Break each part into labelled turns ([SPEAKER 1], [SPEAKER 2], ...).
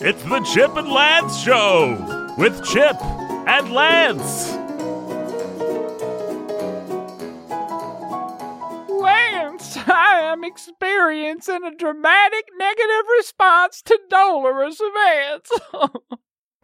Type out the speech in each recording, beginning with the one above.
[SPEAKER 1] It's the Chip and Lance Show with Chip and Lance.
[SPEAKER 2] Lance, I am experiencing a dramatic negative response to dolorous events.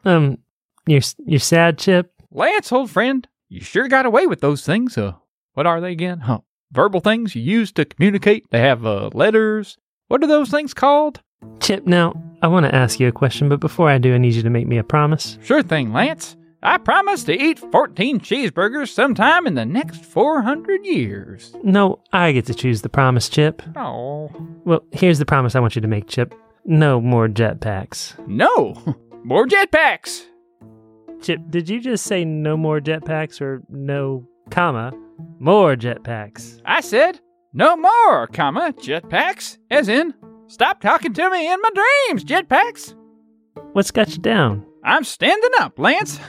[SPEAKER 3] Um, you're s- you're sad, Chip.
[SPEAKER 2] Lance, old friend, you sure got away with those things. Uh, what are they again? Huh? Verbal things you use to communicate. They have uh, letters. What are those things called?
[SPEAKER 3] Chip, now I want to ask you a question, but before I do, I need you to make me a promise.
[SPEAKER 2] Sure thing, Lance. I promise to eat 14 cheeseburgers sometime in the next 400 years.
[SPEAKER 3] No, I get to choose the promise, Chip.
[SPEAKER 2] Oh,
[SPEAKER 3] Well, here's the promise I want you to make, Chip. No more jetpacks.
[SPEAKER 2] no. More jetpacks.
[SPEAKER 3] Chip, did you just say no more jetpacks or no, comma, more jetpacks?
[SPEAKER 2] I said, no more, comma, jetpacks, as in, stop talking to me in my dreams, jetpacks.
[SPEAKER 3] What's got you down?
[SPEAKER 2] I'm standing up, Lance.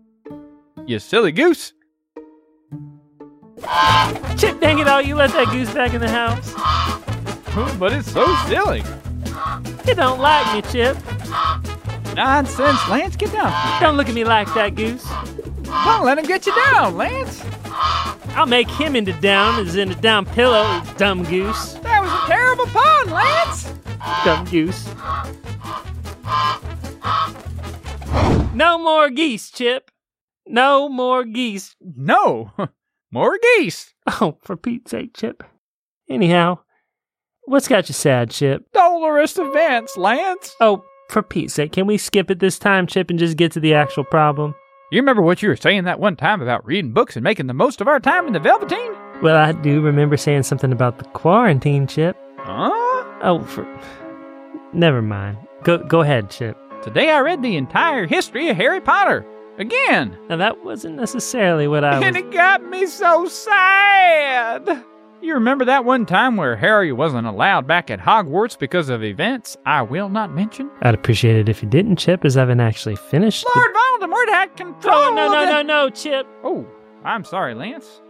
[SPEAKER 2] you silly goose.
[SPEAKER 3] Chip, dang it all, you let that goose back in the house.
[SPEAKER 2] Oh, But it's so silly.
[SPEAKER 3] It don't like me, Chip.
[SPEAKER 2] Nonsense, Lance, get down.
[SPEAKER 3] Don't look at me like that goose.
[SPEAKER 2] Don't let him get you down, Lance.
[SPEAKER 3] I'll make him into down, as in a down pillow, dumb goose.
[SPEAKER 2] That was a terrible pun, Lance.
[SPEAKER 3] Dumb goose. No more geese, Chip. No more geese.
[SPEAKER 2] No, more geese.
[SPEAKER 3] Oh, for Pete's sake, Chip. Anyhow, what's got you sad, Chip?
[SPEAKER 2] Dolorous events, Lance.
[SPEAKER 3] Oh, for Pete's sake, can we skip it this time, Chip, and just get to the actual problem?
[SPEAKER 2] You remember what you were saying that one time about reading books and making the most of our time in the Velveteen?
[SPEAKER 3] Well, I do remember saying something about the quarantine, Chip.
[SPEAKER 2] Huh?
[SPEAKER 3] Oh, for. Never mind. Go, go ahead, Chip.
[SPEAKER 2] Today I read the entire history of Harry Potter. Again.
[SPEAKER 3] Now, that wasn't necessarily what I was.
[SPEAKER 2] And it got me so sad. You remember that one time where Harry wasn't allowed back at Hogwarts because of events I will not mention?
[SPEAKER 3] I'd appreciate it if you didn't, Chip, as I haven't actually finished. the-
[SPEAKER 2] Lord Voldemort had control.
[SPEAKER 3] Oh, no,
[SPEAKER 2] of
[SPEAKER 3] no,
[SPEAKER 2] the-
[SPEAKER 3] no, no, Chip.
[SPEAKER 2] Oh, I'm sorry, Lance.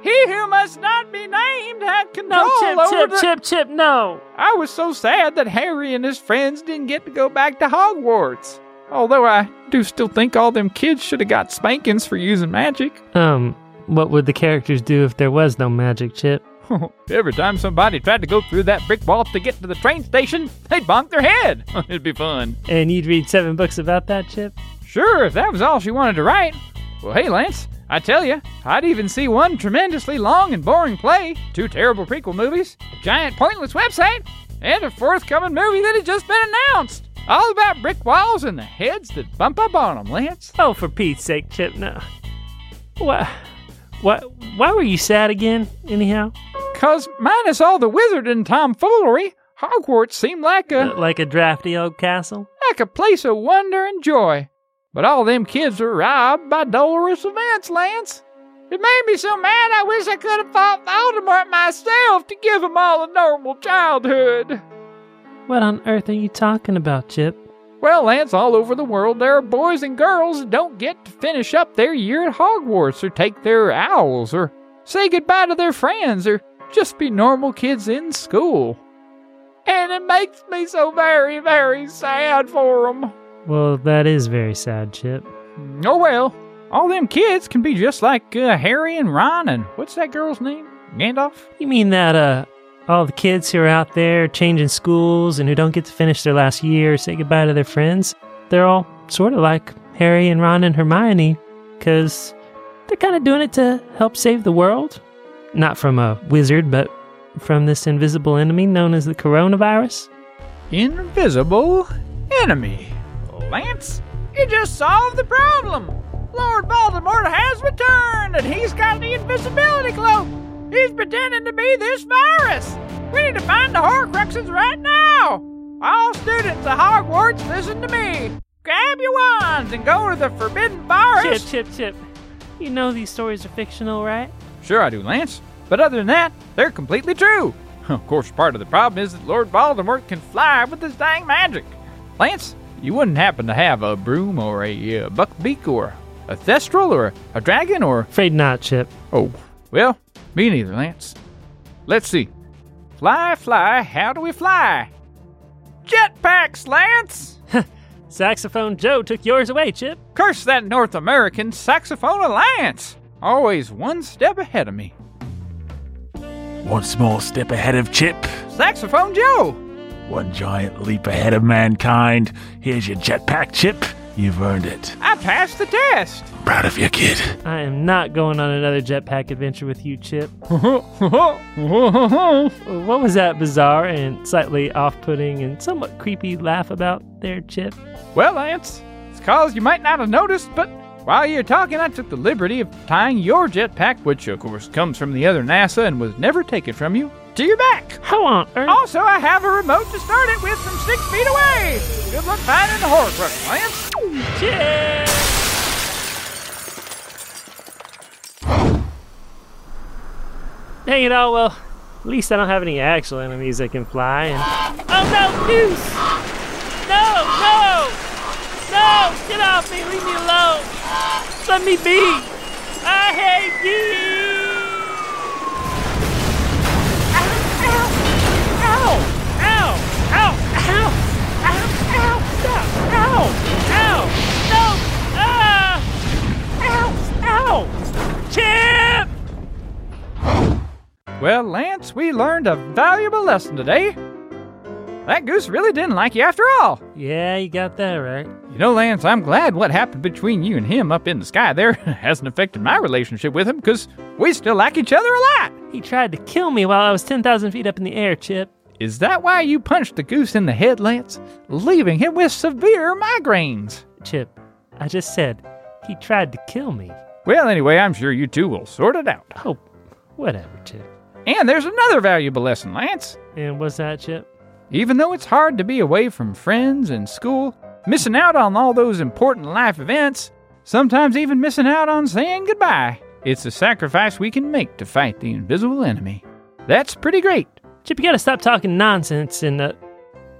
[SPEAKER 2] He who must not be named had control
[SPEAKER 3] No, Chip,
[SPEAKER 2] over
[SPEAKER 3] Chip,
[SPEAKER 2] the-
[SPEAKER 3] Chip, Chip, no.
[SPEAKER 2] I was so sad that Harry and his friends didn't get to go back to Hogwarts. Although I do still think all them kids should have got spankings for using magic.
[SPEAKER 3] Um, what would the characters do if there was no magic, Chip?
[SPEAKER 2] Every time somebody tried to go through that brick wall to get to the train station, they'd bonk their head. It'd be fun.
[SPEAKER 3] And you'd read seven books about that, Chip?
[SPEAKER 2] Sure, if that was all she wanted to write. Well, hey, Lance, I tell you, I'd even see one tremendously long and boring play, two terrible prequel movies, a giant pointless website, and a forthcoming movie that had just been announced. All about brick walls and the heads that bump up on them, Lance.
[SPEAKER 3] Oh, for Pete's sake, Chip, no. Why, why, why were you sad again, anyhow?
[SPEAKER 2] 'Cause minus all the wizard and tomfoolery, Hogwarts seemed like a.
[SPEAKER 3] Uh, like a drafty old castle?
[SPEAKER 2] like a place of wonder and joy. But all them kids were robbed by dolorous events, Lance. It made me so mad I wish I could have fought Voldemort myself to give 'em all a normal childhood.
[SPEAKER 3] What on earth are you talking about, Chip?
[SPEAKER 2] Well, Lance, all over the world there are boys and girls that don't get to finish up their year at Hogwarts or take their owls or say goodbye to their friends or just be normal kids in school. And it makes me so very, very sad for 'em.
[SPEAKER 3] Well, that is very sad, Chip.
[SPEAKER 2] Oh well, all them kids can be just like uh, Harry and Ron and what's that girl's name? Gandalf?
[SPEAKER 3] You mean that, uh, all the kids who are out there changing schools and who don't get to finish their last year or say goodbye to their friends, they're all sort of like Harry and Ron and Hermione, because they're kind of doing it to help save the world. Not from a wizard, but from this invisible enemy known as the coronavirus.
[SPEAKER 2] Invisible enemy. Lance, you just solved the problem. Lord Voldemort has returned and he's got the invisibility cloak. He's pretending to be this virus. We need to find the Horcruxes right now. All students at Hogwarts, listen to me. Grab your wands and go to the Forbidden
[SPEAKER 3] Chip,
[SPEAKER 2] Forest.
[SPEAKER 3] chip, chip. You know these stories are fictional, right?
[SPEAKER 2] Sure, I do, Lance. But other than that, they're completely true. Of course, part of the problem is that Lord Voldemort can fly with his dang magic. Lance, you wouldn't happen to have a broom or a uh, buckbeak or a thestral or a dragon or.
[SPEAKER 3] Afraid not, Chip.
[SPEAKER 2] Oh, well, me neither, Lance. Let's see. Fly, fly, how do we fly? jetpacks, Lance!
[SPEAKER 3] Saxophone Joe took yours away, Chip.
[SPEAKER 2] Curse that North American saxophone alliance! Always one step ahead of me.
[SPEAKER 4] One small step ahead of Chip,
[SPEAKER 2] Saxophone Joe!
[SPEAKER 4] one giant leap ahead of mankind. Here's your jetpack, Chip. You've earned it.
[SPEAKER 2] I passed the test!
[SPEAKER 4] Proud of you, kid.
[SPEAKER 3] I am not going on another jetpack adventure with you, Chip. What was that bizarre and slightly off putting and somewhat creepy laugh about there, Chip?
[SPEAKER 2] Well, Lance, it's cause you might not have noticed, but while you're talking, I took the liberty of tying your jetpack, which of course comes from the other NASA and was never taken from you, to your back.
[SPEAKER 3] How on earth?
[SPEAKER 2] Also, I have a remote to start it with from six feet away. Good luck finding the Horcrux, Lance.
[SPEAKER 3] Chip! Dang it all, well, at least I don't have any actual enemies that can fly. And... Oh no, Goose! No, no! No! Get off me! Leave me alone! Let me be! I hate you!
[SPEAKER 2] Well, Lance, we learned a valuable lesson today. That goose really didn't like you after all.
[SPEAKER 3] Yeah, you got that right.
[SPEAKER 2] You know, Lance, I'm glad what happened between you and him up in the sky there hasn't affected my relationship with him because we still like each other a lot.
[SPEAKER 3] He tried to kill me while I was 10,000 feet up in the air, Chip.
[SPEAKER 2] Is that why you punched the goose in the head, Lance? Leaving him with severe migraines.
[SPEAKER 3] Chip, I just said he tried to kill me.
[SPEAKER 2] Well, anyway, I'm sure you two will sort it out.
[SPEAKER 3] Oh, whatever, Chip.
[SPEAKER 2] And there's another valuable lesson, Lance.
[SPEAKER 3] And what's that, Chip?
[SPEAKER 2] Even though it's hard to be away from friends and school, missing out on all those important life events, sometimes even missing out on saying goodbye, it's a sacrifice we can make to fight the invisible enemy. That's pretty great.
[SPEAKER 3] Chip, you gotta stop talking nonsense and, uh,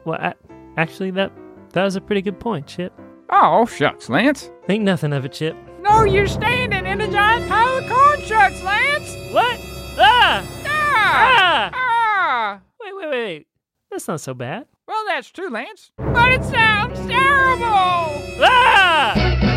[SPEAKER 3] well, I, actually, that, that was a pretty good point, Chip.
[SPEAKER 2] Oh, shucks, Lance.
[SPEAKER 3] Think nothing of it, Chip.
[SPEAKER 2] No, you're standing in a giant pile of corn shucks, Lance.
[SPEAKER 3] What? Ah!
[SPEAKER 2] Ah!
[SPEAKER 3] Ah!
[SPEAKER 2] Ah!
[SPEAKER 3] Wait, wait, wait, wait. That's not so bad.
[SPEAKER 2] Well, that's true, Lance. But it sounds terrible.
[SPEAKER 3] Ah!